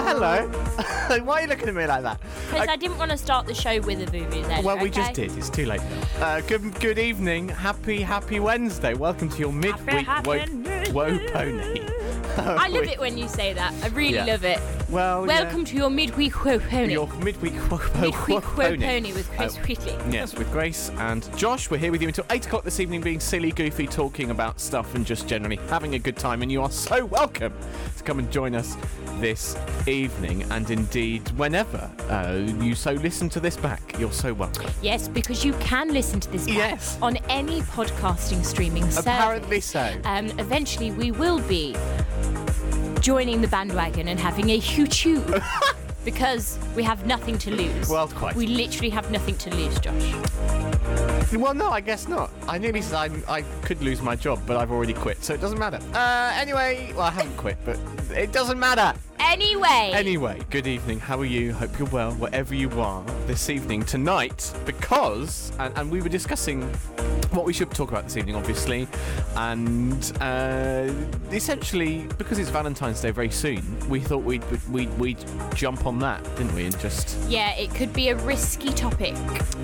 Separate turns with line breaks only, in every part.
hello. Why are you looking at me like that?
Because I, didn't want to start the show with a boo boo then.
Well, we
okay?
just did. It's too late now. Uh, good, good evening. Happy, happy Wednesday. Welcome to your midweek
happy
woe,
new
woe
year.
pony.
I love it when you say that. I really
Yeah.
love it.
Well, yeah.
Welcome to your midweek woe pony.
your midweek woe, woe,
midweek
woe
woe pony with Chris
Uh,
Wheatley.
Yes, with Grace and Josh. We're here with you until 8 o'clock this evening, being silly, goofy, talking about stuff, and just generally having a good time. And you are so welcome to come and join us this evening, and indeed whenever uh, you so listen to this back. You're so welcome.
Yes, because you can listen to this back
Yes.
on any podcasting streaming service.
Apparently so.
Um, eventually, we will be joining the bandwagon and having a huge hue. Because we have nothing to lose.
Well, quite.
We literally have nothing to lose, Josh.
Well, no, I guess not. I nearly said I, I could lose my job, but I've already quit, so it doesn't matter. Uh, anyway, well, I haven't quit, but it doesn't matter.
Anyway.
Anyway, good evening. How are you? Hope you're well, wherever you are this evening, tonight, because, and, and we were discussing what we should talk about this evening, obviously, and uh, essentially, because it's Valentine's Day very soon, we thought we'd, we'd, we'd jump on that, didn't we? And just,
yeah, it could be a risky topic.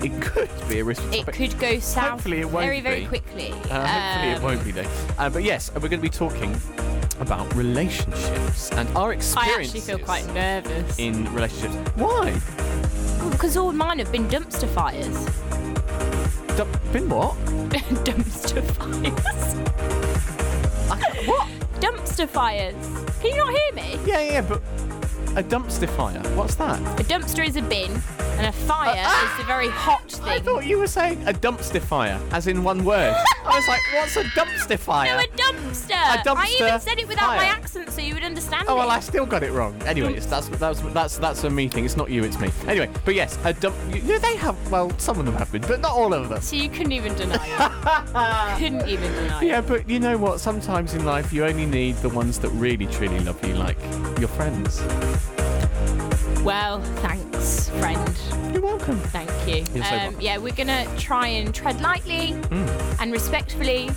it could be a risky
It
topic.
could go south
Hopefully it won't
very, very
be.
quickly.
Uh, hopefully, it
Um,
won't be though. Uh, but yes, we're going to be talking about relationships and our
I
experiences
actually feel quite nervous.
in relationships. Why?
Because all mine have been dumpster fires.
Dup- Been what?
dumpster fires.
What?
dumpster fires. Can you not hear me?
Yeah, yeah, but a dumpster fire. What's that?
A dumpster is a bin, and a fire is the very hot thing.
Uh, I thought you were saying a dumpster fire, as in one word. I was like, what's a dumpster fire?
no, a dumpster. I
dumpster
even said it without my
fire.
accent, so you would understand.
Oh well,
it.
I still got it wrong. Anyway, it's, that's that's that's that's a me thing. It's not you, it's me. Anyway, but yes, a dump. You, you- they have. Well, some of them have been, but not all of them.
So you couldn't even deny it. couldn't even deny it.
Yeah, but you know what? Sometimes in life, you only need the ones that really, truly love you, like your friends.
Well, thanks, friend.
You're welcome.
Thank you. Um,
You're so welcome.
yeah, we're gonna try and tread lightly
Hmm.
and respectfully.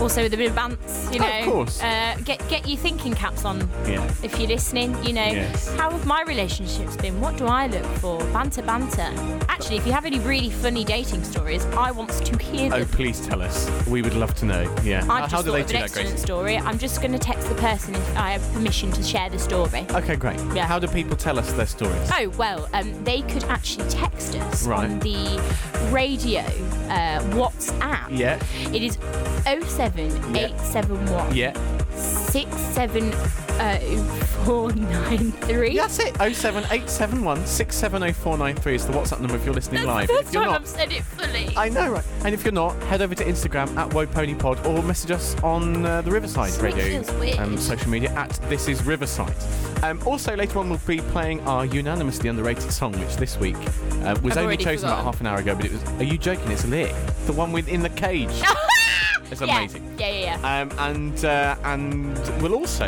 Also, with a bit of bounce, you
Oh, Of
know.
course.
Uh, get get your thinking caps on.
Yeah.
If you're listening, you know,
Yes.
how have my relationships been? What do I look for? Banter, banter. Actually, if you have any really funny dating stories, I want to hear them.
Oh, please tell us. We would love to know. Yeah.
I've
Uh,
just
How do
thought
they
of
do
an
that,
excellent
Grace?
story. I'm just going to text the person if I have permission to share the story.
Okay, great.
Yeah.
How do people tell us their stories?
Oh well, um, they could actually text us
Right.
on the radio uh, WhatsApp.
Yeah.
It is 07871
Yeah.
670493.
That's it. 07871 670493 is the WhatsApp number if you're listening live.
That's the
if
first
you're
time
not,
I've said it fully.
I know, right? And if you're not, head over to Instagram at WoPonyPod or message us on uh, the Riverside
Sweet
Radio
feels weird.
um, social media at This Is Riverside. Um, also, later on, we'll be playing our unanimously underrated song, which this week uh, was
I've
only
already
chosen about
forgotten.
half an hour ago. But it was, are you joking? It's Lick, the one with In the Cage. it's
yeah.
amazing.
Yeah, yeah, yeah.
Um, and uh, and we'll also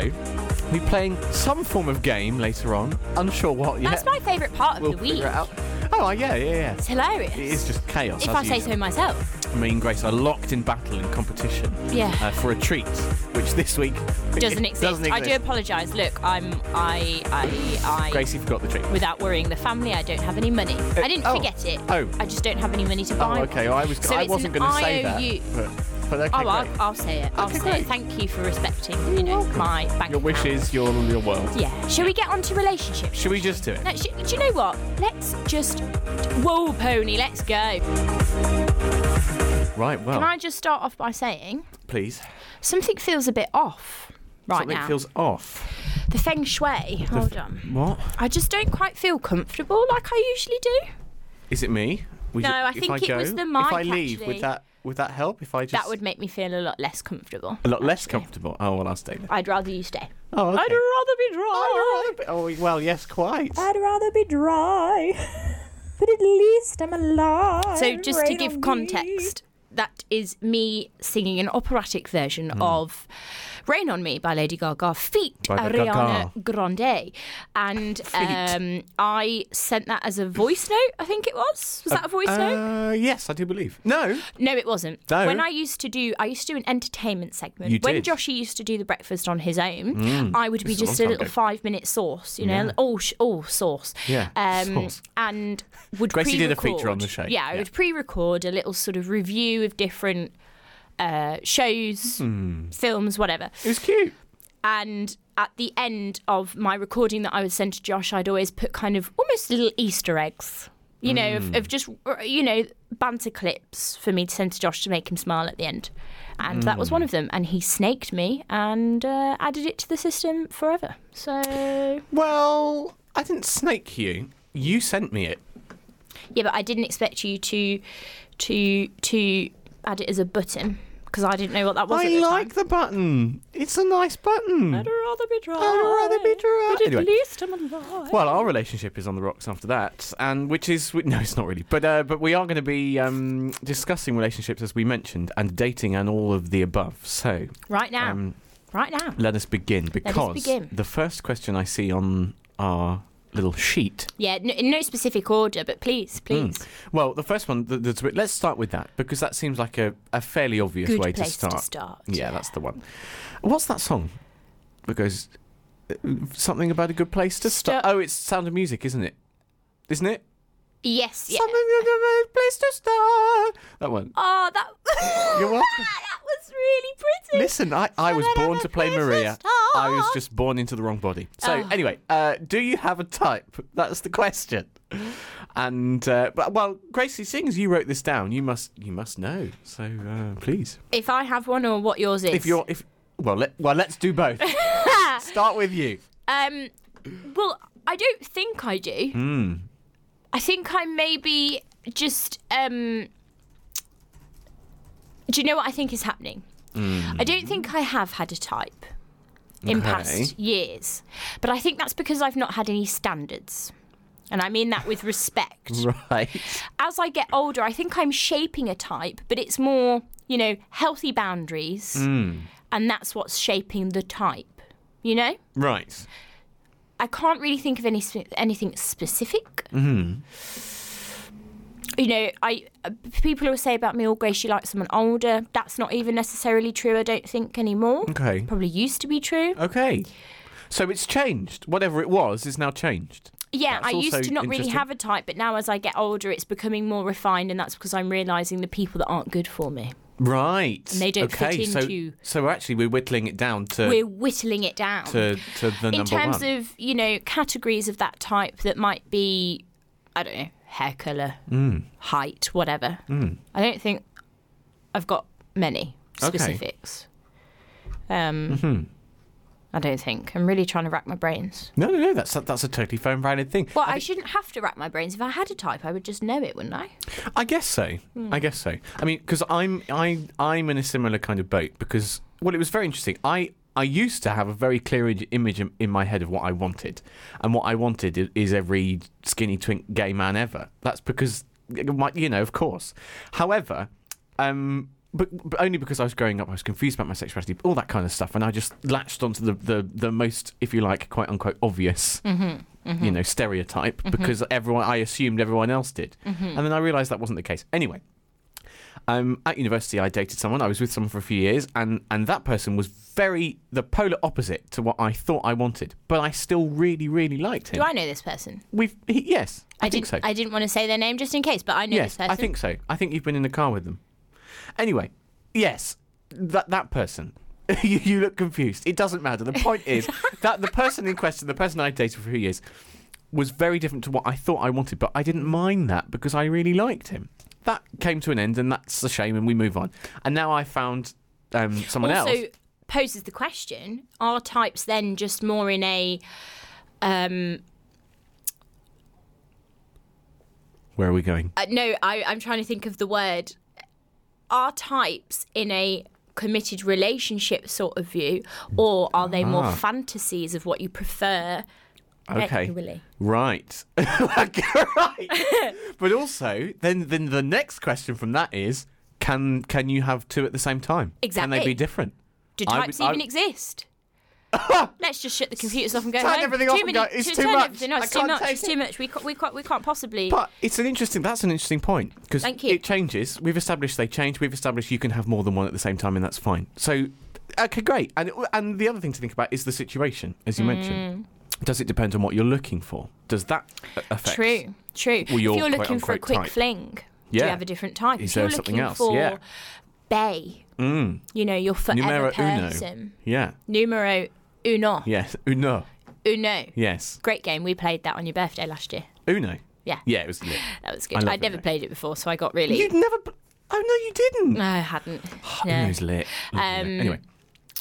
be playing some form of game later on. Unsure what yet.
That's my favourite part of
we'll
the week.
figure it out. Oh yeah, yeah, yeah.
It's hilarious.
It is just chaos.
if
as
I say
usual.
so myself.
Me and Grace are locked in battle and competition.
Yeah.
Uh, for a treat, which this week
Doesn't exist.
Doesn't
I do
exist.
apologise. Look, I'm I I I
Gracie forgot the treat.
without worrying the family. I don't have any money. I didn't
oh.
forget it.
Oh.
I just don't have any money to buy.
Oh, okay. Well, I was.
So
I
it's
wasn't
an
going to say
IOU.
that. But, but okay,
Oh,
great.
I'll, I'll say it. I'll
Okay,
say
great.
it. Thank you for respecting, you know, my bank.
Your
account.
wishes, your your world.
Yeah. Shall we get on to relationships?
Should we just do it?
No, sh- do you know what? Let's just. Whoa, pony, let's go.
Right. Well,
Can I just start off by saying
please.
something feels a bit off right
Something
now?
feels off.
the feng shui. Hold on.
What?
I just don't quite feel comfortable like I usually do.
Is it me? We
No,
ju-
I
if
think it
go,
was the
If
mic,
I leave,
actually.
would that would that help? If I just
That would make me feel a lot less comfortable.
a lot less comfortable. Oh well, I'll stay there.
I'd rather you stay.
Oh, okay.
I'd rather be
Oh,
dry.
rather be- oh, well, yes, quite.
Uh,
I'd rather be dry. but at least I'm alive.
So, just to
Rain on
give
me.
Hmm. context, that is me singing an operatic version of Rain on Me by Lady Gaga, feat
By Gaga.
Ariana Grande. And um, I sent that as a voice note, I think it was. Was that a voice note?
Uh, yes, I do believe. No.
No, it wasn't.
No?
When I used to do, I used to do an entertainment segment.
You
when
did. Mm.
Joshy used to do the breakfast on his own, I would be
This is a
just a
long time
little
ago.
five-minute source, you know, all sh- all sauce.
Yeah,
Um,
sauce.
and would
Gracie did a
pre-record-
feature on the show,
Yeah, I
yeah.
would pre-record a little sort of review of different uh, shows,
Hmm.
films, whatever.
It was cute.
And at the end of my recording that I would send to Josh, I'd always put kind of almost little Easter eggs, you know,
Mm.
of, of just, uh, you know, banter clips for me to send to Josh to make him smile at the end. And that was one
Mm.
of them. And he snaked me and uh, added it to the system forever. So, yeah,
Well, I didn't snake you. You sent me it.
but I didn't expect you to, to, to add it as a button because I didn't know what that was.
I
at the
like
time.
the button. It's a nice button.
I'd rather be dry.
I'd rather be dry.
But at
Anyway.
least I'm alive.
Well, our relationship is on the rocks after that, and which is we- no, it's not really. But uh, but we are going to be um, discussing relationships as we mentioned, and dating, and all of the above. So
right now,
um,
right now.
let us begin because
begin.
the first question I see on our little sheet.
Yeah, no, in no specific order, but please,
Hmm.
please.
Well, the first one. th- that's writ- let's start with that because that seems like a, a fairly obvious
Good
way
place
to start. Yeah, that's the one. What's that song? Because uh, something about a good place to start.
Sta-
oh, it's Sound of Music, isn't it? Isn't it?
Yes. Yeah.
Something like a good place to start. That one.
Oh, that.
You're welcome.
that was really pretty.
Listen, I, I was
Something
born
like
to
a
play
place to
Maria. I was
start.
just born into the wrong body. So
Oh.
anyway, uh, do you have a type? That's the question. And uh, but well, Gracie sings. You wrote this down. You must you must know. So uh, please,
If I have one or what yours is.
if you're if well let well let's do both. Start with you.
Um, well, I don't think I do.
Hmm.
I think I maybe just. Um, do you know what I think is happening? I don't think I have had a type
Hmm.
in
Okay.
past years, but I think that's because I've not had any standards. And I mean that with respect.
Right.
as I get older, I think I'm shaping a type, but it's more, you know, healthy boundaries.
Mm.
And that's what's shaping the type, you know?
Right.
I can't really think of any spe- anything specific.
Mm-hmm.
You know, I uh, people will say about me, "Oh, Grace, you like someone older." That's not even necessarily true. I don't think anymore.
Okay. Uh,
Probably used to be true.
Okay. So it's changed. Whatever it was is now changed.
Yeah,
That's
I used
also
to not really
interesting.
have a type, but now as I get older, it's becoming more refined, and that's because I'm realizing the people that aren't good for me.
Right.
they don't fit
okay,
into-
So, so actually, we're whittling it down to
We're whittling it down.
Uh, to, to the
in
number
terms
one.
of you know categories of that type that might be i don't know hair color
Mm.
height whatever i don't think i've got many
Okay. Mm-hmm.
specifics um i don't think i'm really trying to rack my brains
no, no, no. That's that's a totally fair and valid thing.
well, I, shouldn't have to rack my brains. If I had a type, I would just know it, wouldn't I?
I guess so.
Hmm.
I guess so. I mean, because I'm I I'm in a similar kind of boat because well, it was very interesting. I I used to have a very clear i- image in- in my head of what I wanted, and what I wanted i- is every skinny twink gay man ever. That's because my- you know, of course. However, um. But, but only because I was growing up, I was confused about my sexuality, all that kind of stuff, and I just latched onto the, the, the most, if you like, quote unquote, obvious
Mm-hmm,
you know stereotype because everyone I assumed everyone else did,
Mm-hmm.
and then I realised that wasn't the case. Anyway, um, at university I dated someone. I was with someone for a few years, and and that person was very the polar opposite to what I thought I wanted, but I still really really liked him.
Do I know this person?
We've he, yes, I, think
didn't.
so.
I didn't want to say their name just in case, but I know this
yes,
person.
I think so. I think you've been in the car with them. Anyway, yes, that that person. you, you look confused. It doesn't matter. The point is that the person in question, the person I dated for a few years, was very different to what I thought I wanted, but I didn't mind that because I really liked him. That came to an end, and that's a shame, and we move on. And now I found um, someone
also
else.
poses the question are types then just more in a um
Where are we going?
uh, no I, i'm trying to think of the word are types in a committed relationship sort of view or are they more
Ah.
fantasies of what you prefer
Okay.
Really?
Right. right. but also, then then the next question from that is can can you have two at the same time? Can they
Exactly.
be different?
Do
I
types
would- I-
even exist? Let's just shut the computers off and go
Turn
home.
everything off and go, "It's too
turn
much.
everything off,
I
It's too
can't
much.
take
It's too
it."
much. We can't, we can't, we can't possibly.
But it's an interesting. That's an interesting point because
Thank you.
it changes. We've established they change. We've established you can have more than one at the same time, and that's fine. So, okay, great. And and the other thing to think about is the situation, as you mentioned. Does it depend on what you're looking for? Does that a- affect?
Mm. True, true.
Well, you're
if you're
quite
looking for a
unquote
quick
type.
fling, do
Yeah.
you have a different type?
Is
if
there
you're
something
looking
else?
for
Yeah.
bay,
Mm.
you know, your forever
Numero uno.
person.
Yeah.
Numero uno.
Yes. Uno.
Uno.
Yes.
Great game. We played that on your birthday last year.
Uno.
Yeah.
Yeah. It was. lit.
That was
I
good.
love
I'd never
Uno.
played it before, so I got really.
You'd never. pl- Oh no, you didn't.
No, I hadn't. No.
Uno's lit. Um,
Um,
anyway.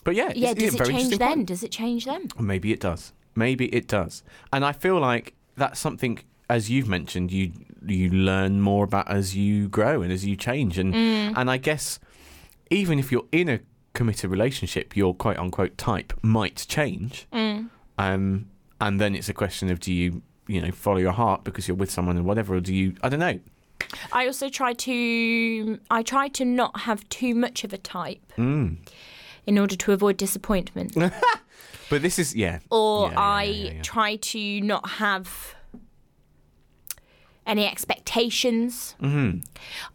But yeah.
Yeah,
it's, it's
does
a
it
very
change
interesting
then?
point.
Does it change then?
Maybe it does. Maybe it does. And I feel like that's something, as you've mentioned, you you learn more about as you grow and as you change. And
Mm.
and I guess even if you're in a committed relationship, your quote unquote type might change.
Mm.
Um, and then it's a question of do you you know follow your heart because you're with someone and whatever, or do you? I don't know.
I also try to I try to not have too much of a type
Mm.
in order to avoid disappointment.
But this is yeah.
Or
Yeah, yeah,
I
yeah, yeah, yeah.
try to not have any expectations.
Mm-hmm.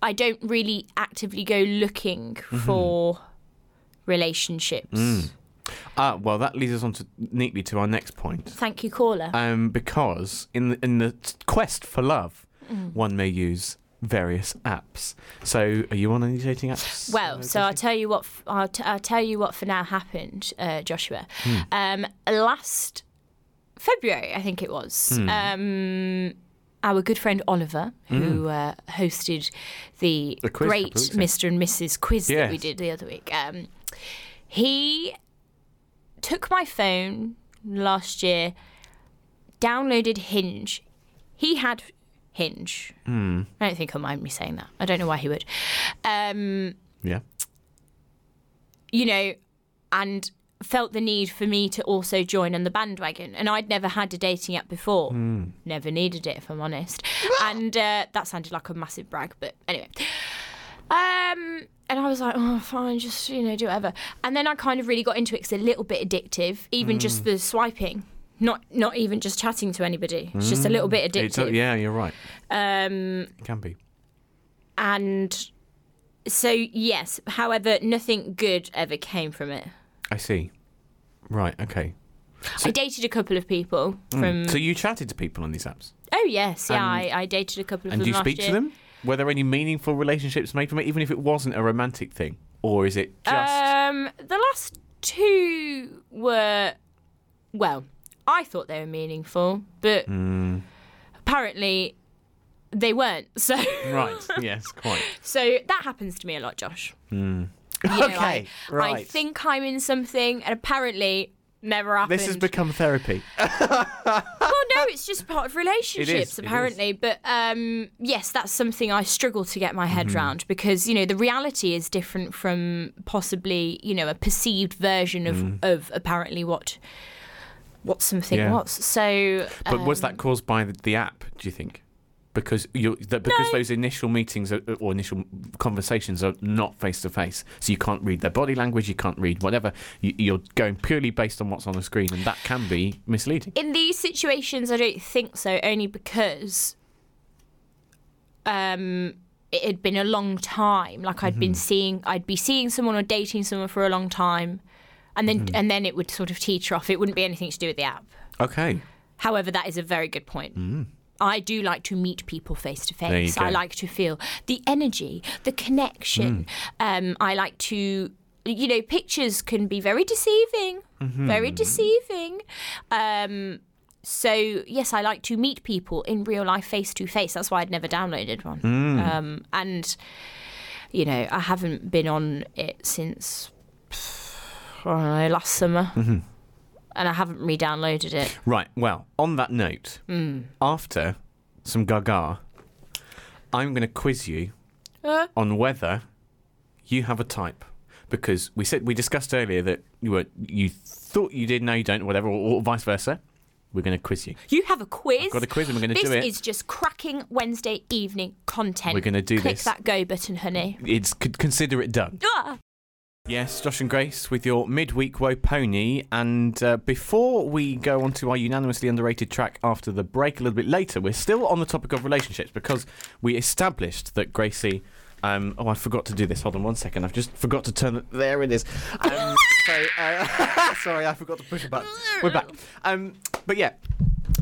I don't really actively go looking
Mm-hmm.
for relationships.
Ah, well, that leads us on to neatly to our next point.
Thank you, caller.
um, because in the, in the t- quest for love,
Mm.
one may use various apps. So, are you on any dating apps?
Well,
uh,
so I'll tell you what. f- I'll, t- I'll tell you what for now happened, uh, Joshua.
Hmm.
Um, last February, I think it was.
Hmm.
Um, our good friend Oliver, who uh, hosted the,
Hmm. The quiz
great
couple, isn't it?
Mr. and Mrs. quiz that we
Yes.
did the other week, um, he took my phone last year, downloaded Hinge. He had Hinge.
Hmm.
I don't think he'll mind me saying that. I don't know why he would. Um,
Yeah.
you know, and felt the need for me to also join on the bandwagon. And I'd never had a dating app before, never needed it, if I'm honest. and uh, that sounded like a massive brag, but anyway. Um, and I was like, oh, fine, just you know, do whatever. And then I kind of really got into it. 'cause It's a little bit addictive, even just the swiping. Not not even just chatting to anybody. It's just a little bit
It's uh,
addictive.
yeah, you're right.
Um,
It can be.
and so yes, however, nothing good ever came from it.
I see. Right. Okay.
I dated a couple of people from.
So you chatted to people on these apps,
Oh yes, yeah,
Hmm. And-
I, I dated a couple of
and
them
do you
last
speak
year.
to them? Were there any meaningful relationships made from it, even if it wasn't a romantic thing, or is it just?
Um, the last two were, well, I thought they were meaningful, but
Hmm.
apparently they weren't. So,
Right. Yes. Quite.
so that happens to me a lot, Josh. You know, I,
okay. right.
I think I'm in something, and apparently. Never happened.
this has become therapy.
well, no, it's just part of relationships,
It is, it is.
apparently. But um, yes, that's something I struggle to get my
Mm-hmm.
head round because you know the reality is different from possibly you know a perceived version of of apparently what what something
Mm. Yeah.
was. So,
But was
um,
that caused by the, the app? Do you think? Because you that because
No.
those initial meetings are, or initial conversations are not face to face, so you can't read their body language, you can't read whatever. You, you're going purely based on what's on the screen, and that can be misleading.
in these situations? I don't think so, only because um, it had been a long time. Like I'd been seeing, I'd be seeing someone or dating someone for a long time. And then, and then it would sort of teeter off. It wouldn't be anything to do with the app.
Okay,
However, that is a very good point. I do like to meet people face to
Mm. There you
face.
go.
I like to feel the energy, the connection.
Mm.
Um, I like to, you know, pictures can be very deceiving,
Mm-hmm.
very deceiving. Um, so yes, I like to meet people in real life, face to face. That's why I'd never downloaded one.
Mm.
Um, and you know, I haven't been on it since I don't know, last summer,
Mm-hmm.
and I haven't re-downloaded it.
right. Well, on that note,
Hmm.
after some gaga, I'm going to quiz you
Uh.
on whether you have a type, because we said we discussed earlier that you were you thought you did, now you don't, or whatever, or, or vice versa. We're going to quiz you.
You have a quiz.
got a quiz and we're gonna
this
do it.
is just cracking Wednesday evening content.
We're gonna do
Click
this.
that go button, honey.
It's c- consider it done.
Ah!
Yes, Josh and Grace with your midweek woe pony. And uh, before we go on to our unanimously underrated track after the break a little bit later, we're still on the topic of relationships because we established that Gracie. Um, oh, I forgot to do this. Hold on one second. I've just forgot to turn. The, there it is. Um, so, uh, sorry, I forgot to push a button. We're back. Um, but yeah,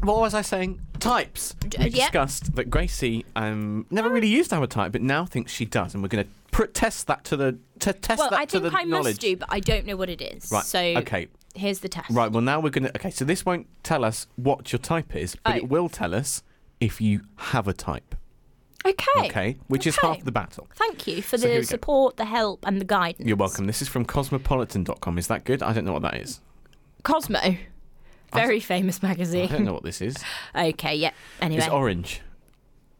what was I saying? Types.
D- uh,
We
yeah.
discussed that Gracie um, never really used our type, but now thinks she does, and we're going to pr- test that to the to test
Well,
that
I
to
think
the
I
knowledge.
must do, but I don't know what it is.
Right.
So
okay.
here's the test.
Right. Well, now we're gonna. Okay. So this won't tell us what your type is, but
Oh.
it will tell us if you have a type.
Okay.
Okay. Which is
Okay.
half the battle.
Thank you for
So here
the
we go.
support, the help, and the guidance.
You're welcome. This is from cosmopolitan.com. Is that good? I don't know what that is.
Cosmo, very famous
I don't
magazine.
know what this is.
Okay, yeah. Anyway,
It's orange.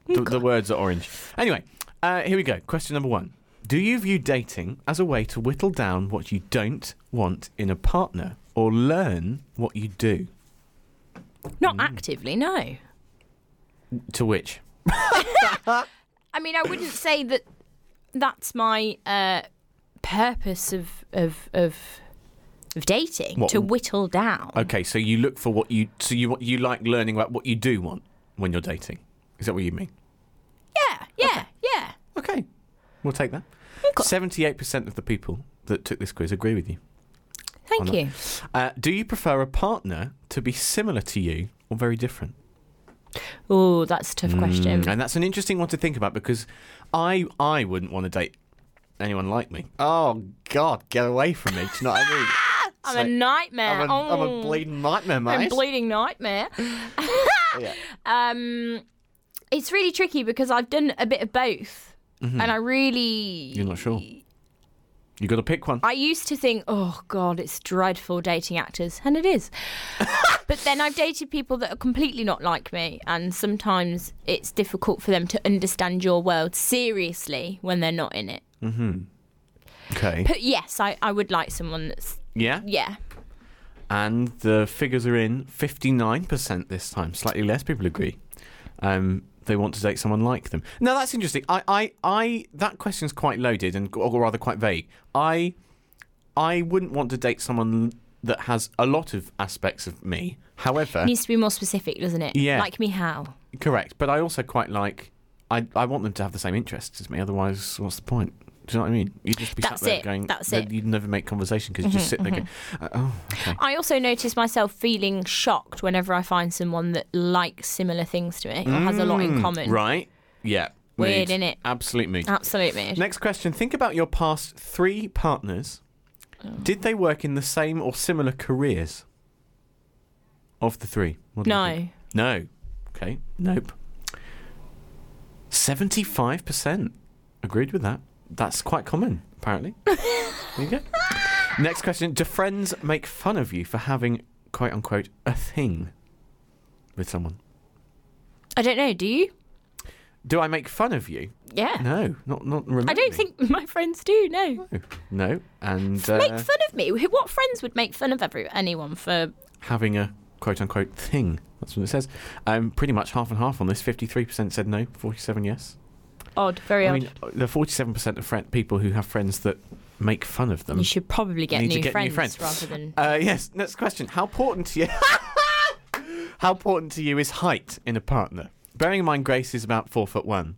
The, the words are orange. Anyway, uh, here we go. Question number one Do you view dating as a way to whittle down what you don't want in a partner or learn what you do? Mm.
not actively, no.
To which?
I mean, I wouldn't say that that's my uh, purpose of of of of dating
What-
to whittle down.
Okay, so you look for what you. So you, you like learning about what you do want when you're dating. Is that what you mean?
Yeah, yeah, yeah.
Okay. We'll take that.
Okay.
78% of the people that took this quiz agree with you.
Thank
On
you.
Uh, do you prefer a partner to be similar to you or very different?
Oh, that's a tough question.
Mm, And that's an interesting one to think about because I I wouldn't want to date anyone like me. Oh God, get away from me! Do you know what I mean?
I'm
So-
a nightmare.
I'm a, I'm
Oh,
a bleeding nightmare,
I'm a
mate.
bleeding nightmare.
Yeah.
Um, it's really tricky because I've done a bit of both,
Mm-hmm.
and I really
You're not sure. You got to pick one.
I used to think, oh God, it's dreadful dating actors, and it is. but then I've dated people that are completely not like me, and sometimes it's difficult for them to understand your world seriously when they're not in it.
Okay.
But yes, I, I would like someone that's,
Yeah.
yeah.
And the figures are in 59% this time. Slightly less people agree. Um, they want to date someone like them. Now that's interesting. I, I, I that question's quite loaded and or rather quite vague. I, I wouldn't want to date someone that has a lot of aspects of me. However,
Needs to be more specific, doesn't it?
Uh, Yeah.
Like me, how?
correct. But I also quite like. I, I want them to have the same interests as me. Otherwise, what's the point? Do you know what I mean? You'd just be
That's
sat there
it,
going.
that's
then
it. Mm-hmm,
You'd never make conversation because you just sit there going, uh, "Oh, okay."
I also notice myself feeling shocked whenever I find someone that likes similar things to me or has a lot in common.
Mm. Right? Yeah.
Weird, Ah.
Mood.
innit?
Absolute mood.
Absolutely.
Next question. Think about your past three partners.
Oh.
Did they work in the same or similar careers? Of the three? what do you think?
no.
No. Okay. Nope. 75% agreed with that. That's quite common, apparently. there you go. Next question. Do friends make fun of you for having, quote unquote, a thing with someone?
I don't know. Do you?
Do I make fun of you?
Yeah.
No, not not
I don't
remotely.
think my friends do. No.
No, and
make
uh,
fun of me. Who- What friends would make fun of every anyone for?
having a quote unquote thing. That's what it says. Um, pretty much half and half on this. Fifty-three percent said no, forty-seven yes.
Odd, very
I
odd.
mean, the forty-seven percent of friend, people who have friends that make fun of them.
you should probably get,
need to
new,
get
friends
new friends.
rather than.
Uh, yes. Next question. How important to you? How important to you is height in a partner? Bearing in mind, Grace is about four foot one.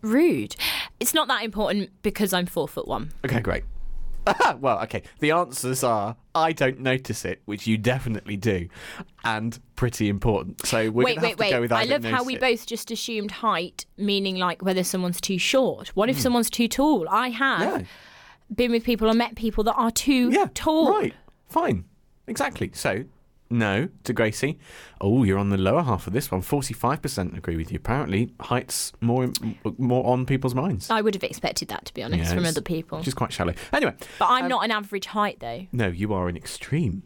Rude. It's not that important because I'm four foot one.
Okay, great. well, okay. The answers are I don't notice it, which you definitely do, and pretty important. So we're
wait,
gonna
wait,
have
wait.
to go with I,
I
don't
love how
notice
we
it.
both just assumed height, meaning like whether someone's too short. What
Mm.
if someone's too tall? I have
Yeah,
been with people and met people that are too
yeah,
tall.
Right, fine, exactly. So no to Gracie. Oh, you're on the lower half of this one. Forty-five percent agree with you. Apparently, height's more more on people's minds,
I would have expected that, to be honest,
Yeah,
from
it's- um,
other people.
which is quite shallow. Anyway,
But I'm not an average height, though.
No, you are an extreme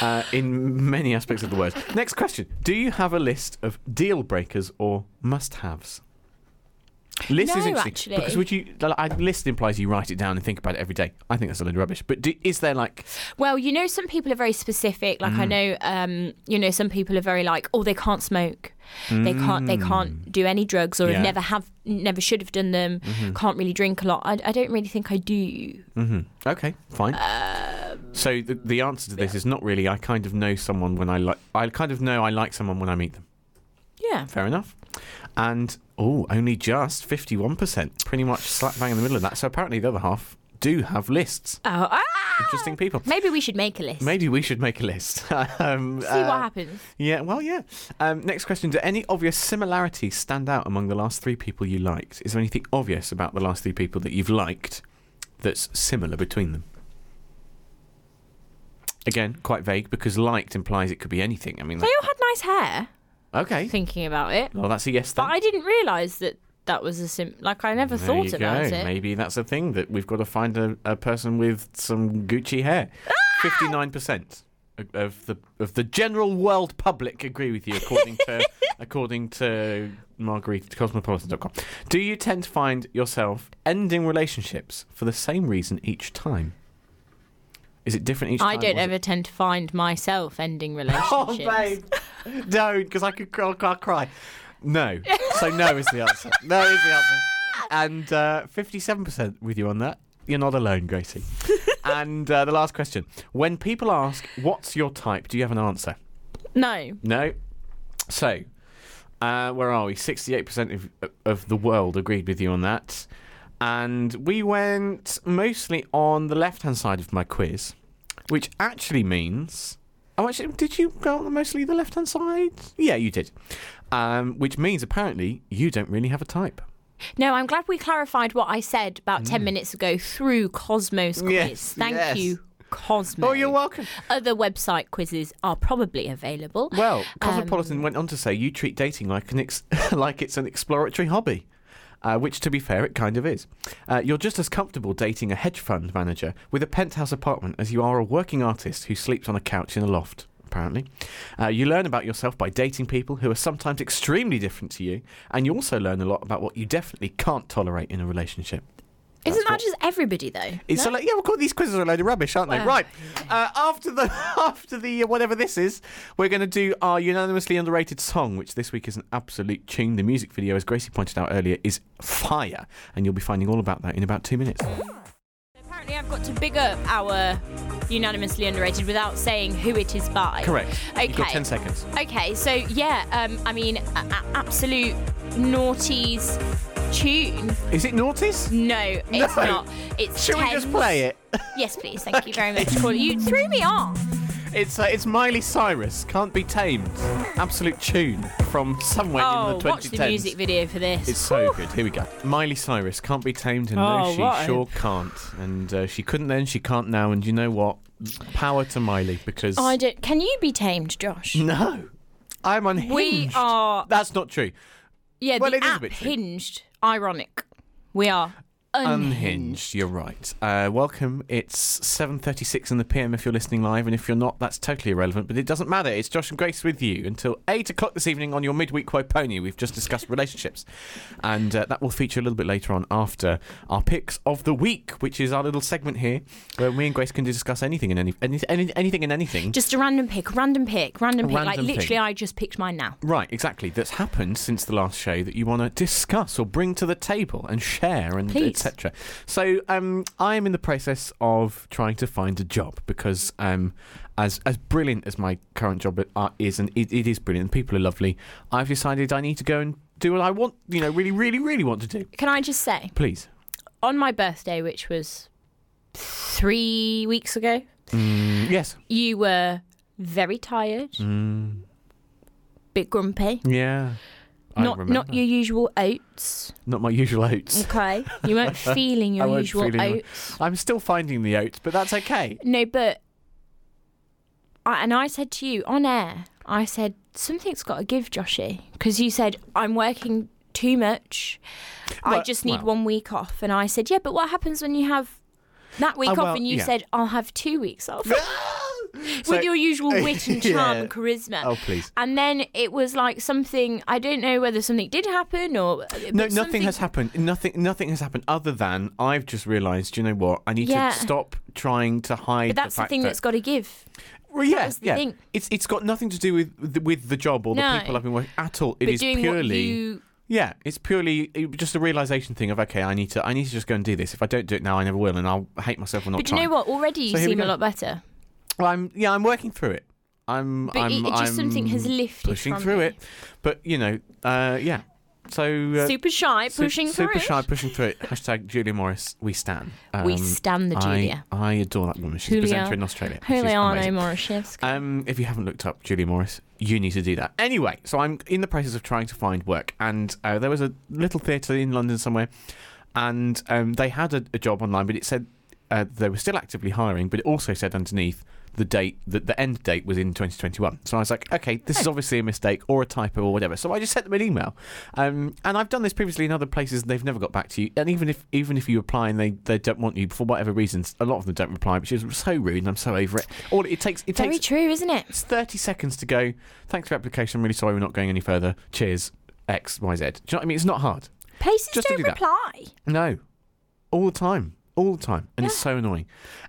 uh, in many aspects of the word. Next question Do you have a list of deal breakers or must haves? List is
No,
interesting
actually.
because would you? Like, I- list implies you write it down and think about it every day. I think that's a load of rubbish. But do, is there like
Well, you know, some people are very specific. Like
Mm.
I know, um, you know, some people are very like, oh, they can't smoke, they can't, they can't do any drugs, or
Mm. Yeah. Mm-hmm.
have never have, never should have done them. Can't really drink a lot. I, I don't really think I do.
Okay, fine.
Um,
so the, the answer to this is not really. I kind of know someone when I like. I kind of know I like someone when I meet them.
Yeah.
Fair enough. And oh, only just fifty-one percent, pretty much slap bang in the middle of that. So apparently the other half do have lists.
Oh, ah!
Interesting people.
Maybe we should make a list.
Maybe we should make a list. um,
See
uh,
what happens.
Yeah, well, yeah. Um, next question: Do any obvious similarities stand out among the last three people you liked? Is there anything obvious about the last three people that you've liked that's similar between them? Again, quite vague because liked implies it could be anything. I mean,
They all had nice hair.
like, okay,
Thinking about it,
well, that's a yes.
but
Then.
I didn't realise that that was a sim. Like I never
There
thought
you
about
go.
it.
Maybe that's a thing that we've got to find a, a person with some Gucci hair.
Ah!
Fifty-nine percent of the of the general world public agree with you, according to according to Marguerite Cosmopolitan.com. Do you tend to find yourself ending relationships for the same reason each time? Is it different each time?
I don't
Was it-
ever tend to find myself ending
Oh,
relationships.
babe, don't, because I could cry, cry, cry. No. So no is the answer. No is the answer. And uh, 57% with you on that. You're not alone, Gracie. and uh, the last question. When people ask, what's your type? Do you have an answer?
No.
No. So, uh, where are we? 68% of, of the world agreed with you on that. And we went mostly on the left hand side of my quiz, which actually means. Oh, actually, did you go on mostly the left hand side? Yeah, you did. Um, which means apparently you don't really have a type.
No, I'm glad we clarified what I said about 10 minutes ago through Cosmos quiz.
Mm. Yes,
Thank
yes.
you, Cosmos.
Oh, you're welcome.
Other website quizzes are probably available.
Well, Cosmopolitan went on to say you treat dating like an ex- like it's an exploratory hobby. Uh, which, to be fair, it kind of is. Uh, you're just as comfortable dating a hedge fund manager with a penthouse apartment as you are a working artist who sleeps on a couch in a loft, apparently. Uh, you learn about yourself by dating people who are sometimes extremely different to you, and you also learn a lot about what you definitely can't tolerate in a relationship.
Isn't that just everybody, though?
It's so like, yeah, of course, these quizzes are a load of rubbish, aren't they?
Well,
right. Uh, after the after the uh, whatever this is, we're going to do our unanimously underrated song, which this week is an absolute tune. The music video, as Gracie pointed out earlier, is fire, and you'll be finding all about that in about two minutes.
Apparently, I've got to big up our unanimously underrated without saying who it is by.
Correct. You've got
Okay.
ten seconds.
Okay, so yeah, um, I mean, a- a- absolute naughties tune.
Is it Naughties?
No, it's
No.
not. It's
Should we just
Thames.
play it?
Yes, please. Thank you very much, Paula. You threw me off.
It's uh, it's Miley Cyrus. Can't be tamed. Absolute tune from somewhere
Oh,
in the 2010s.
watch the music video for this.
It's so good. Here we go. Miley Cyrus can't be tamed, and
Oh,
no, she
what a-
sure can't. And uh, she couldn't then, she can't now. And you know what? Power to Miley because
Oh, I don't. Can you be tamed, Josh?
no, I'm unhinged.
We are.
That's not true.
Yeah,
Well,
the
it is a
app
bit true.
hinged. Ironic. We are unhinged.
Unhinged. You're right. Uh, welcome. It's 7:36 in the PM. If you're listening live, and if you're not, that's totally irrelevant. But it doesn't matter. It's Josh and Grace with you until eight o'clock this evening on your midweek Woponi. We've just discussed relationships, and uh, that will feature a little bit later on after our picks of the week, which is our little segment here where me and Grace can discuss anything and any, any, any anything and anything.
Just a random pick, random pick, random pick. like
random pick.
literally, I just picked mine now.
Right, exactly. That's happened since the last show that you want to discuss or bring to the table and share and
Please.
etc. So um, I am in the process of trying to find a job because um, as as brilliant as my current job uh, is, and it, it is brilliant, people are lovely. I've decided I need to go and do what I want. You know, really, really, really want to do.
Can I just say,
Please.
on my birthday, which was three weeks ago,
Mm, Yes.
you were very tired,
Mm.
bit grumpy.
Yeah. I
Not
remember.
not your usual oats.
Not my usual oats.
Okay, you weren't feeling
I
your
weren't
usual
feeling my-
oats.
I'm still finding the oats, but that's okay.
No, but I, and I said to you on air, I said something's got to give, Joshy, because you said I'm working too much. I
Well-
just need
well.
one week off, and I said, yeah, but what happens when you have that week
Oh,
off?
well,
And you
yeah.
said I'll have two weeks off.
So-
with your usual wit and charm
Yeah.
and charisma.
Oh, please.
And then it was like something I don't know whether something did happen or but
No, nothing
something-
has happened. Nothing, nothing has happened other than I've just realised. You know what? I need
Yeah.
to stop trying to hide.
But that's
the,
the,
fact
thing
that,
that's got to give.
Well, yeah,
was the
yeah.
thing.
It's it's got nothing to do with the, with the job or
No.
the people I've been working at all. It
but
is
doing what
purely
you
yeah. It's purely uh, just a realisation thing of okay, I need to I need to just go and do this. If I don't do it now, I never will, and I'll hate myself for not
But you
trying.
know what? Already you
So here we
seem a
go.
lot better.
Well, I'm yeah, I'm working through it. I'm
But
I'm,
it, it just something has
I'm
lifted
pushing
from
through
you.
it. But you know, uh, yeah. So uh,
Super shy,
su-
pushing
super
through.
shy, pushing through it. Hashtag Julia Morris, we stand. Um,
we stand the Julia.
I, I adore that woman. She's
Julia-
a presenter in Australia. She's
Juliano
amazing.
Morashevsky.
Um, if you haven't looked up Julia Morris, you need to do that. Anyway, so I'm in the process of trying to find work, and uh, there was a little theatre in London somewhere, and um, they had a, a job online, but it said uh, they were still actively hiring, but it also said underneath the date that the end date was in 2021. So I was like, okay, this is obviously a mistake or a typo or whatever. So I just sent them an email, um, and I've done this previously in other places, and they've never got back to you. And even if even if you apply and they, they don't want you for whatever reasons, a lot of them don't reply, which is so rude, and I'm so over it. All it takes it
Very
takes
true, isn't it?
it's 30 seconds to go. Thanks for your application. I'm really sorry we're not going any further. Cheers. X, Y, Z. Do you know what I mean? It's not hard.
Places
Just to
don't
do that.
reply.
No. All the time. All the time. And it's
Yeah.
so annoying.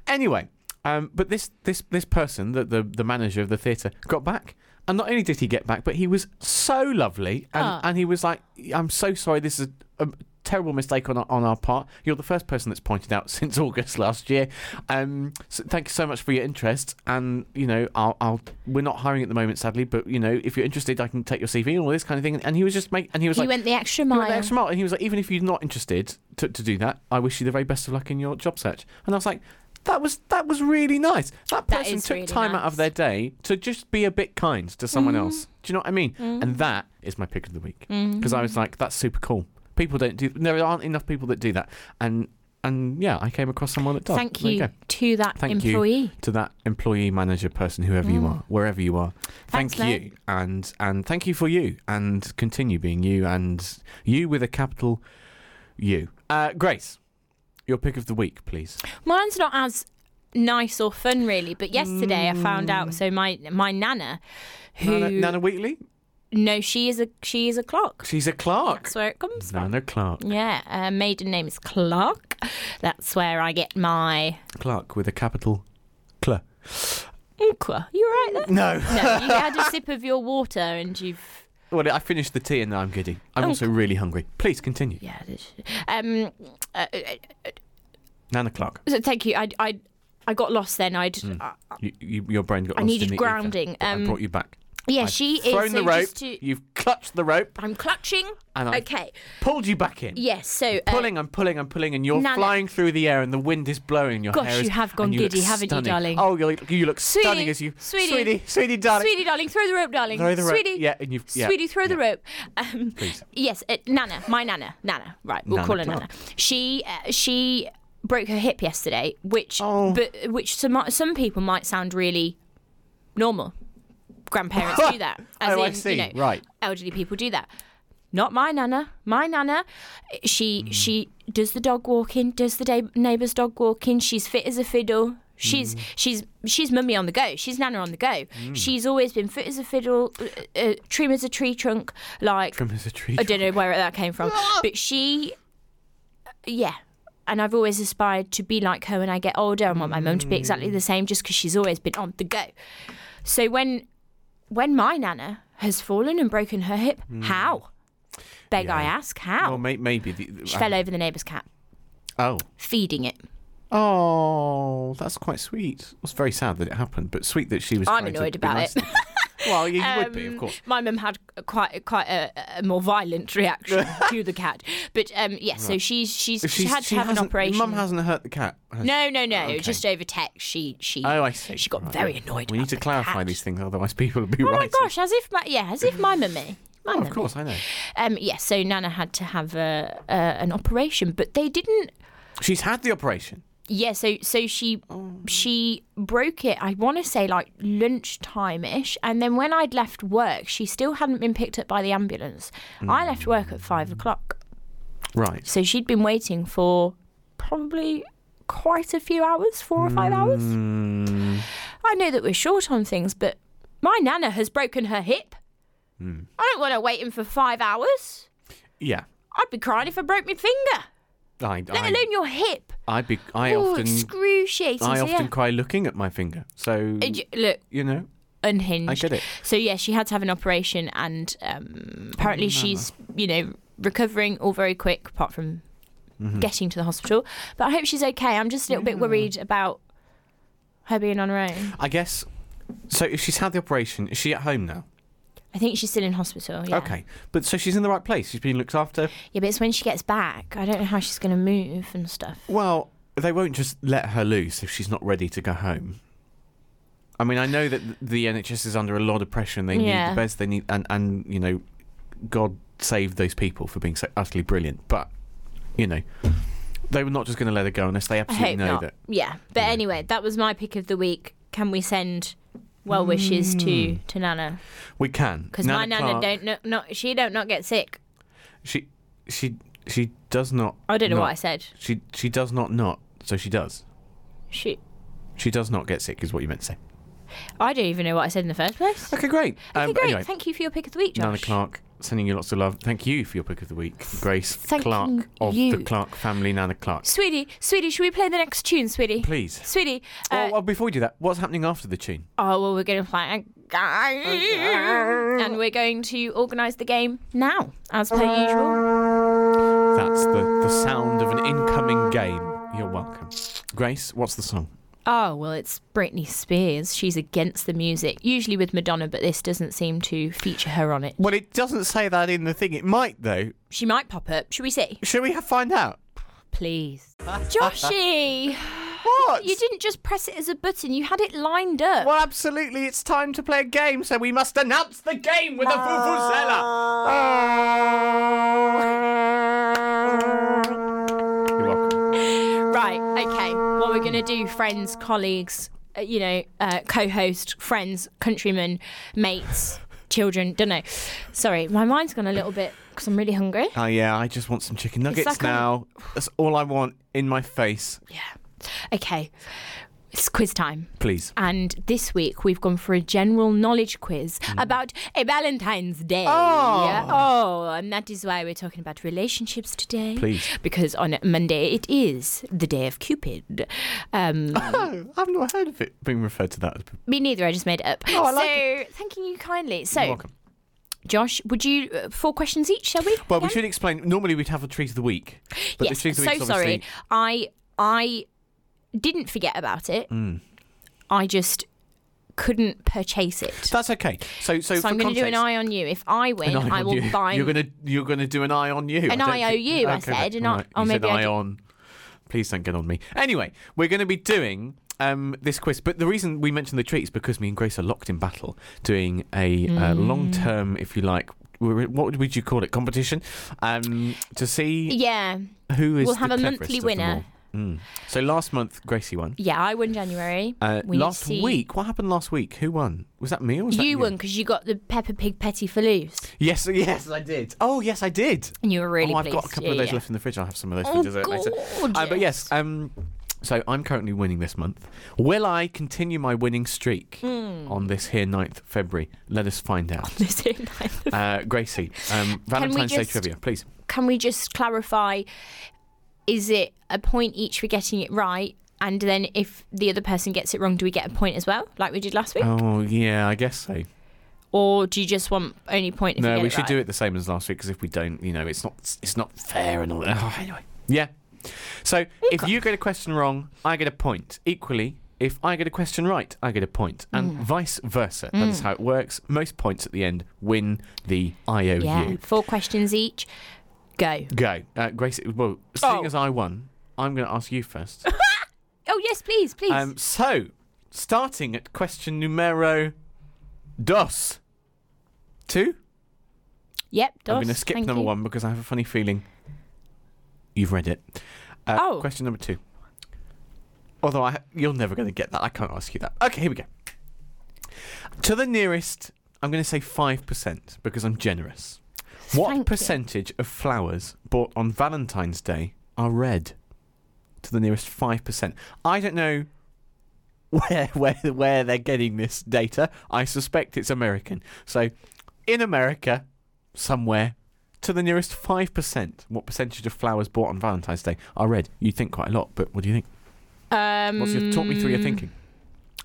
Anyway, um, but this this this person, the, the, the manager of the theatre, got back. And not only did he get back, but he was so lovely. And,
Ah.
and he was like, I'm so sorry. This is a, a terrible mistake on our, on our part. You're the first person that's pointed out since August last year. Um, so thank you so much for your interest. And you know, I'll, I'll we're not hiring at the moment, sadly. But you know, if you're interested, I can take your CV and all this kind of thing. And he was just make, and he was
He
like,
went the extra
he
mile.
went the extra mile. And he was like, even if you're not interested to, to do that, I wish you the very best of luck in your job search. And I was like, that was that was really nice. That
That
person
is
took
really
time out of
nice. Mm.
their day to just be a bit kind to someone else. Do you know what I mean? And that is my pick of the week
Mm.
because I was like, that's super cool. People don't do. There aren't enough people that do that. And and yeah, I came across someone that does.
Thank
There
you,
go
to that
Thank you.
employee.
to that employee manager person whoever you are wherever you are
Mm. Thanks,
thank you
mate.
and and thank you for you and continue being you and you with a capital u uh, grace your pick of the week please
Mine's not as nice or fun really, but yesterday I found out so my my nana who
Mm. nana, nana wheatley
no, she is a she is a clock.
she's a clark
That's where it comes from.
nana clark
Yeah, her maiden name is Clark. That's where I get my.
clark with a capital cl
Unkwa. You all right there?
no
No, you had a sip of your water and you've
well i finished the tea and now i'm giddy i'm
Oh.
also really hungry please continue
yeah. this- Um, uh, uh,
nana clark
so thank you. I I I got lost then. I'd
Hmm.
uh,
you, you, your brain got
I
lost
needed
in the ether,
grounding.
but i
Um,
brought you back
yeah.
I've
she
thrown
is
the
so
rope
just to-
you've clutched the rope
I'm clutching.
and i
Okay.
pulled you back in
Yes. So uh,
pulling, I'm pulling, I'm pulling, and you're
Nana.
flying through the air, and the wind is blowing. Your
Gosh,
hair is,
you have gone
and you look
giddy, haven't you,
stunning.
darling?
Oh, you look, you look stunning
Sweetie,
as you,
sweetie,
sweetie, sweetie, darling.
uh, Sweetie, darling, throw the rope, darling.
Throw the rope.
sweetie,
Yeah, and you've- yeah,
sweetie, throw the
yeah.
rope. Um,
Please.
Yes, uh, Nana, my Nana, Nana. Right, we'll
Nana
call her
Clark.
Nana. She uh, she broke her hip yesterday, which
Oh.
but which some some people might sound really normal. Grandparents do that. As
Oh, I
in,
see.
You know,
Right.
Elderly people do that. Not my nana. My nana, she she does the dog walking, does the day, neighbour's dog walking. She's fit as a fiddle. She's she's she's mummy on the go. She's nana on the go. She's always been fit as a fiddle, uh, uh, trim as a tree trunk. Like
From as a tree.
I don't know where that came from, but she, yeah. And I've always aspired to be like her when I get older. I want my mum to be
Mm.
exactly the same, just because she's always been on the go. So when, when my nana has fallen and broken her hip, how? Beg I
Mm. Yeah.
ask, how?
Well, Oh, may, maybe. The, um,
she fell over the neighbour's cat,
oh.
feeding it.
Oh, that's quite sweet. It was very sad that it happened, but sweet that she was.
I'm
trying to
annoyed
be
about
nice
it.
to- well, you would be, of
Um,
course.
My mum had quite quite a, a more violent reaction to the cat, but um, yeah. So she's she's
If
she
she's-
had to have an
hasn't-
operation.
Mum hasn't hurt the cat. has she?
No, no, no.
Okay.
Just over text. She she.
Oh, I see.
She got
Right,
very
yeah.
annoyed.
We
about
need to
the
clarify
cat.
these things, otherwise people will be
Oh my
right.
gosh! As if my yeah, as if my mummy.
Oh,
My mummy.
of course, I know.
Um. Yeah. So Nana had to have a, a an operation, but they didn't.
She's had the operation.
Yeah. So so she
Oh.
she broke it. I want to say like lunchtime ish, and then when I'd left work, she still hadn't been picked up by the ambulance. I
Hmm.
left work at five o'clock,
Right.
so she'd been waiting
Mm,
for probably quite a few hours, four or five hours. I know that we're short on things, but my nana has broken her hip.
Hmm.
I don't want to wait in for five hours.
Yeah.
I'd be crying if I broke my finger,
I,
let
I,
alone your hip.
I'd be, I
oh,
often,
excruciating.
I
So,
often cry looking at my finger. So,
yeah. Uh, Look,
you know,
unhinged.
I get it.
So yeah, she had to have an operation, and um,
Oh,
apparently she's you know recovering all very quick, apart from
Mm-hmm.
getting to the hospital. But I hope she's okay. I'm just a little bit worried about her being on her own.
I guess. So if she's had the operation, is she at home now?
I think she's still in hospital. Yeah.
Okay. But so she's in the right place. She's being looked after.
Yeah, but it's when she gets back. I don't know how she's going to move and stuff.
Well, they won't just let her loose if she's not ready to go home. I mean, I know that th- the NHS is under a lot of pressure and they need
Yeah.
the best they need, and, and, you know, God save those people for being so utterly brilliant. But, you know, they were not just going to let her go unless they
I
absolutely
hope
know
not.
that.
Yeah. But
Yeah.
anyway, that was my pick of the week. Can we send well wishes to to Nana?
We can.
Because my Nana
Hmm. Clark,
don't not, not she don't not get sick.
She, she, she does not.
I don't know what
not-
I said.
She, she does not not. So she does.
She
She does not get sick, is what you meant to say.
I don't even know what I said in the first place.
Okay, great.
Okay,
Um,
great.
Anyway,
Thank you for your pick of the week, Josh.
Nana Clark, sending you lots of love. Thank you for your pick of the week, Grace
thank
Clark of the
you.
Clark family. Nana Clark,
Sweetie, sweetie, should we play the next tune, sweetie?
please.
Sweetie. Uh,
oh, well, before we do that, what's happening after the tune?
oh, well, we're going to play And we're going to organise the game now, as per usual.
That's the, the sound of an incoming game. You're welcome, Grace. What's the song?
Oh, well, it's Britney Spears. She's against the music, usually with Madonna, but this doesn't seem to feature her on it.
Well, it doesn't say that in the thing. It might though.
She might pop up. Should we see?
Should we have, find out?
Please. Joshy!
What?
You didn't just press it as a button, you had it lined up.
Well, absolutely. It's time to play a game, so we must announce the game with a vuvuzela. You're welcome.
Right, okay. What we're going to do, friends, colleagues, uh, you know, uh, co host, friends, countrymen, mates, children, don't know. Sorry, my mind's gone a little bit because I'm really hungry.
Oh yeah, I just want some chicken nuggets
like I'm-
now. That's all I want in my face,
Yeah. Okay, it's quiz time.
please.
And this week we've gone for a general knowledge quiz about a Valentine's Day.
Hmm. Oh.
Yeah. Oh, and that is why we're talking about relationships today.
Please.
Because on Monday it is the day of Cupid. Um,
Oh, I've not heard of it being referred to that. as-
Me neither. I just made it up.
Oh, I like
so, thanking you kindly. So,
welcome.
Josh, would you uh, four questions each? Shall we?
Well, we
Again?
should explain. Normally, we'd have a treat of the week, but
yes.
the treat of the
so
week's
sorry.
obviously
I I didn't forget about it.
Hmm.
I just couldn't purchase it.
that's okay. So, so,
so
for
I'm going to do an
context-
eye on you. If I win,
an eye
I
on
will
you.
buy.
You're gonna, you're gonna do an eye on you.
An
don't
eye
think-
on you, I
Okay,
said,
then.
and I-
Alright,
or
you said
maybe I
eye
did-
on. Please don't get on me. Anyway, we're going to be doing um, this quiz, but the reason we mentioned the treat is because me and Grace are locked in battle, doing a uh,
Mm.
long-term, if you like. we're- What would you call it? Competition um, to see
yeah,
who is
We'll
the
have a
cleverest
monthly
of them
winner.
all. Mm. So last month, Gracie won.
yeah. I won January.
Uh,
We need to
last
see-
week, what happened last week? Who won? Was that me or was
You,
that
won because you got the Peppa Pig Petty Faloos,
Yes, yes, I did. Oh, yes, I did.
and you were really
oh, I've
pleased.
got a couple
yeah,
of those
yeah.
left in the fridge. I'll have some of those
Oh,
for dessert later. Uh, but
gorgeous.
yes, um, so I'm currently winning this month. Will I continue my winning streak
Hmm.
on this here 9th February? Let us find out. uh, Gracie, um, Valentine's Day
just-
trivia, please.
can we just clarify is it a point each for getting it right and then if the other person gets it wrong do we get a point as well like we did last week
Oh, yeah, I guess so.
or do you just want only point if you
no,
get
we
it
should
right?
do it the same as last week because if we don't, you know, it's not it's not fair and all that. Oh, anyway, yeah. So if you get a question wrong, I get a point. Equally, if I get a question right, I get a point,
Mm.
and vice versa. That is how it works. Most points at the end win the IOU.
yeah four questions each go
Go, uh, Grace. Well, seeing
Oh.
as I won, I'm going to ask you first.
oh yes please please
um, so, starting at question numero dos, two.
yep
I'm going to
dos,
skip
thank
number
you.
one because I have a funny feeling you've read it. Uh,
Oh.
Question number two. Although I, you're never going to get that. I can't ask you that. Okay, here we go. To the nearest, I'm going to say 5% because I'm generous. What
Thank you.
percentage of flowers bought on Valentine's Day are red? To the nearest 5%. I don't know where where where they're getting this data. I suspect it's American. So, in America, somewhere to the nearest five percent, what percentage of flowers bought on Valentine's Day are red? You think quite a lot, but what do you think?
Um,
What's your talk me through your thinking?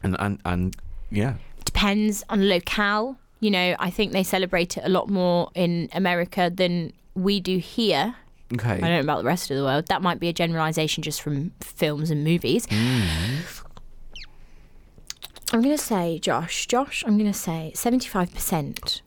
And and and yeah,
Depends on locale. You know, I think they celebrate it a lot more in America than we do here.
okay.
I don't know about the rest of the world. That might be a generalization just from films and movies.
Mm.
I'm going to say, Josh, Josh, I'm going to say 75%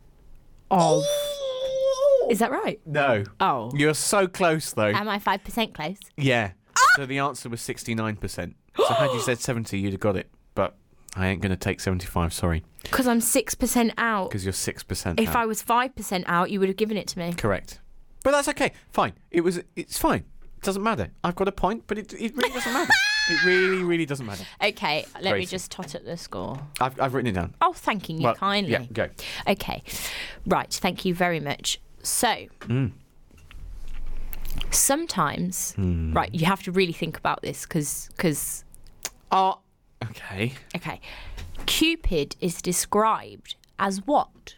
of.
Oh.
Is that right?
No,
Oh.
you're so close though.
Am Ah! I 5% close?
Yeah. So the answer was 69%. So had you said 70, you'd have got it. But I ain't going to take 75, sorry,
Because I'm 6% out.
because you're 6%.
If
out.
I was 5% out, you would have given it to me.
Correct. But that's okay. Fine. It was it's fine. It doesn't matter. I've got a point, but it, it really doesn't matter. it really really doesn't matter.
Okay, let me
Racing.
just tot up the score.
I've I've written it down.
Oh, thanking you
Well,
kindly.
Yeah, go.
Okay. Right. Thank you very much. So,
Mm.
sometimes,
Hmm.
right, you have to really think about this because, because,
Oh, okay.
okay, Cupid is described as what?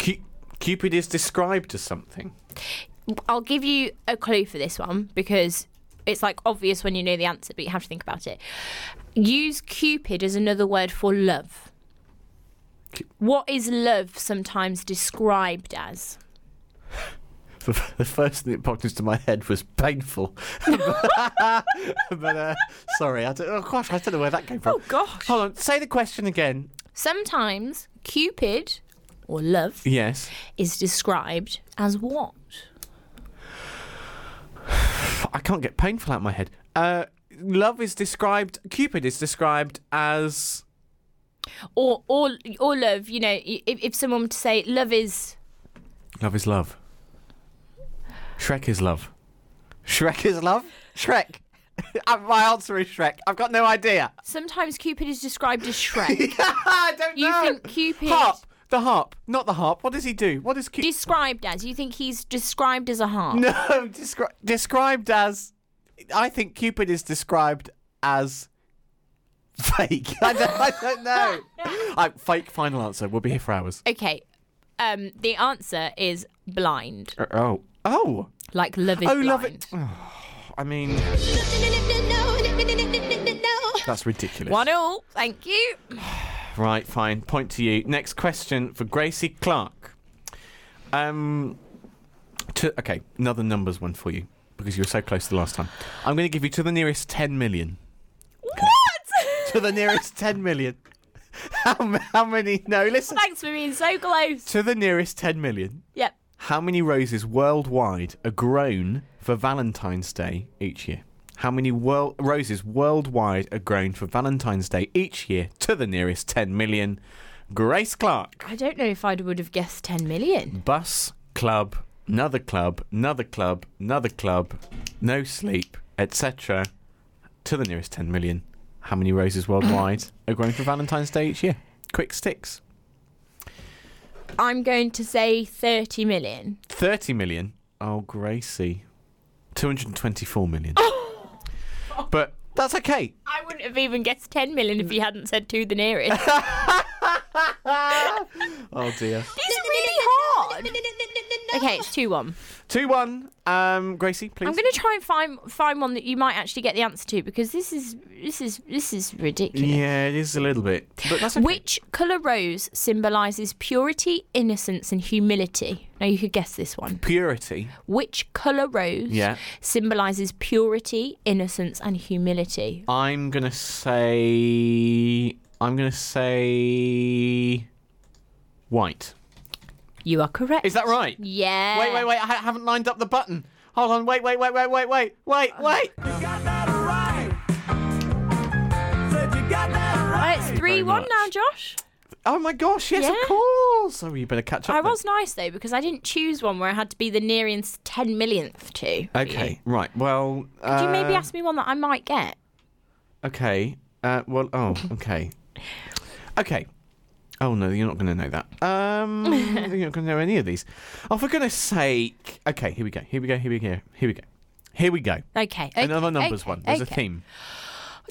Cu- Cupid is described as something.
I'll give you a clue for this one because it's like obvious when you know the answer, but you have to think about it. Use Cupid as another word for love.
Cu-
What is love sometimes described as?
The, f- the first thing that popped into my head was painful. but uh, sorry, I don't, oh gosh, I don't know where that came from.
Oh, gosh.
Hold on, say the question again.
Sometimes Cupid or love
Yes.
is described as what?
I can't get painful out of my head. Uh, love is described. Cupid is described as.
Or or or love, you know, i- if, if someone were to say love is
Love is love. Shrek is love. Shrek is love. Shrek. Uh, my answer is Shrek. I've got no idea.
sometimes Cupid is described as Shrek.
I don't
You
know.
think Cupid-
Harp. The harp. Not the harp. What does he do? What is Cupid?
described as. You think he's described as a harp?
no. Descri- described as. I think Cupid is described as. Fake. I don't, I don't know. I, fake. Final answer. We'll be here for hours.
Okay. Um, the answer is blind.
Uh, Oh. Oh.
Like love is
Oh,
blind.
love it. I mean, that's ridiculous.
One all. Thank you.
Right, fine. Point to you. Next question for Gracie Clark. Um, to, okay, another numbers one for you because you were so close the last time. I'm going to give you to the nearest 10 million.
What?
To the nearest 10 million. How, m- how many? No, listen.
Thanks for being so close.
To the nearest 10 million.
Yep.
How many roses worldwide are grown for Valentine's Day each year? How many world- roses worldwide are grown for Valentine's Day each year to the nearest 10 million? Grace Clark.
I don't know if I would have guessed 10 million.
Bus, club, another club, another club, another club, no sleep, etc. To the nearest 10 million. How many roses worldwide are grown for Valentine's Day each year? Quick sticks.
I'm going to say 30 million.
30 million. Oh, Gracie. 224 million. but that's okay.
I wouldn't have even guessed 10 million if you hadn't said to the nearest.
Oh, dear.
These are really hard. Okay, it's 2 1.
2 1. Um, Gracie, please.
I'm going to try and find find one that you might actually get the answer to because this is this is this is ridiculous.
Yeah, it is a little bit. But that's okay.
Which color rose symbolizes purity, innocence and humility? Now you could guess this one.
Purity.
Which color rose
Yeah.
symbolizes purity, innocence and humility?
I'm going to say. I'm going to say. White.
You are correct.
Is that right?
Yeah.
Wait, wait, wait. I ha- haven't lined up the button. Hold on. Wait, wait, wait, wait, wait, wait, wait, wait.
Uh, Well,
very
it's 3 1
much.
now, Josh.
Oh, my gosh. Yes,
Yeah.
of course. Oh, you better catch up.
I
then.
was nice though because I didn't choose one where I had to be the nearest ten millionth to. for
Okay, Uh, right. Well,
you. Could you maybe ask me one that I might get?
Okay. Uh, well, oh, okay. Okay. Oh no, you're not going to know that. Um, you're not going to know any of these. Oh, for goodness' sake! Okay, here we go. Here we go. Here we go. Here we go. Here we go.
Okay. okay
Another numbers
okay,
one. There's
okay.
a theme.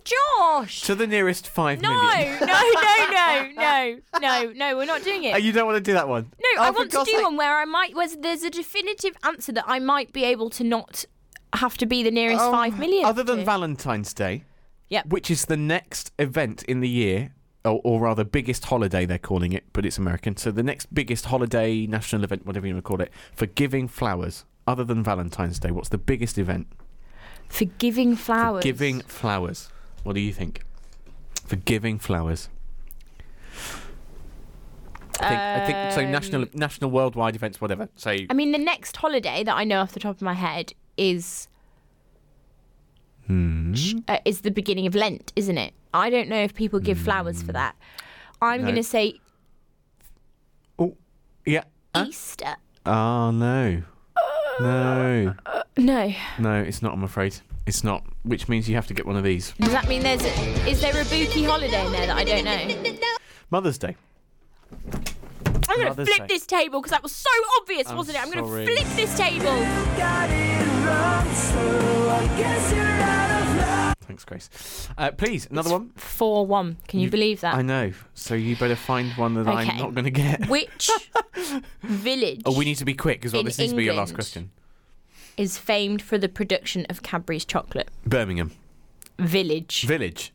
Josh.
to the nearest five
No,
million.
no, no, no, no, no, no. We're not doing
Oh,
it.
you don't want to do that one.
No,
Oh,
I
for
want to
God's
do
sake.
one where I might. Where there's a definitive answer that I might be able to not have to be the nearest
Oh,
five million.
Other than
to.
Valentine's Day,
Yep.
which is the next event in the year, or, or rather, biggest holiday they're calling it, but it's American. So the next biggest holiday, national event, whatever you want to call it, for giving flowers. Other than Valentine's Day, what's the biggest event
for giving
for
flowers.
giving flowers? What do you think? For giving flowers. I think, I think so. National, national, worldwide events, whatever. So
Um, I mean, the next holiday that I know off the top of my head is
Hmm.
uh, is the beginning of Lent, isn't it? I don't know if people give flowers for that. I'm
Hmm. No.
going to say
oh, yeah. Huh?
Easter.
Oh no, no.
No.
No, it's not. I'm afraid it's not. Which means you have to get one of these.
Does that mean there's a, is there a bookie holiday in there that I don't know?
Mother's Day.
I'm going to
Mother's
flip
Day.
this table because that was so obvious, wasn't it? I'm going
sorry.
to flip this table.
Thanks, Grace. Uh, please, another one.
Four one. Can you,
You-
believe that?
I know. So you better find one that I'm
Okay.
not going to get.
Which village
Oh, we need to be quick as well.
In
this needs to be your last
England.
question.
is famed for the production of Cadbury's chocolate?
Birmingham
Village.
village,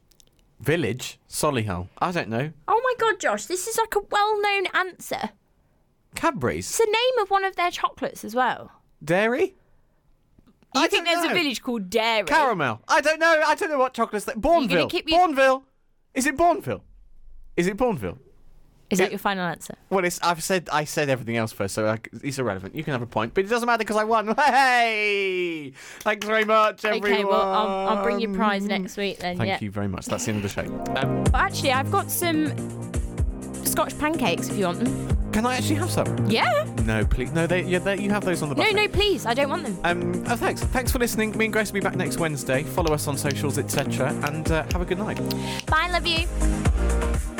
village Solihull. I don't know.
Oh my god, Josh, this is like a well known answer.
Cadbury's
It's the name of one of their chocolates as well.
dairy.
You
I
think
don't
there's a
know.
village called Dairy?
Caramel. I don't know. I don't know what chocolates. That Bourneville.
keep your-
Bourneville. Is it Bourneville? Is it Bourneville?
is that
Yeah.
your final answer?
Well, it's, I've said I said everything else first, so I, it's irrelevant. You can have a point, but it doesn't matter because I won. Hey, thanks very much, everyone.
Okay, well, I'll, I'll bring you prize next week then.
Thank
yeah.
you very much. That's the end of the show.
But actually, I've got some Scotch pancakes if you want them.
Can I actually have some?
Yeah.
No, please. No, they, yeah, they, you have those on the
No,
buffet.
no, please. I don't want them.
Um, oh, thanks. Thanks for listening. Me and Grace will be back next Wednesday. Follow us on socials, etc. And uh, have a good night.
Bye, love you.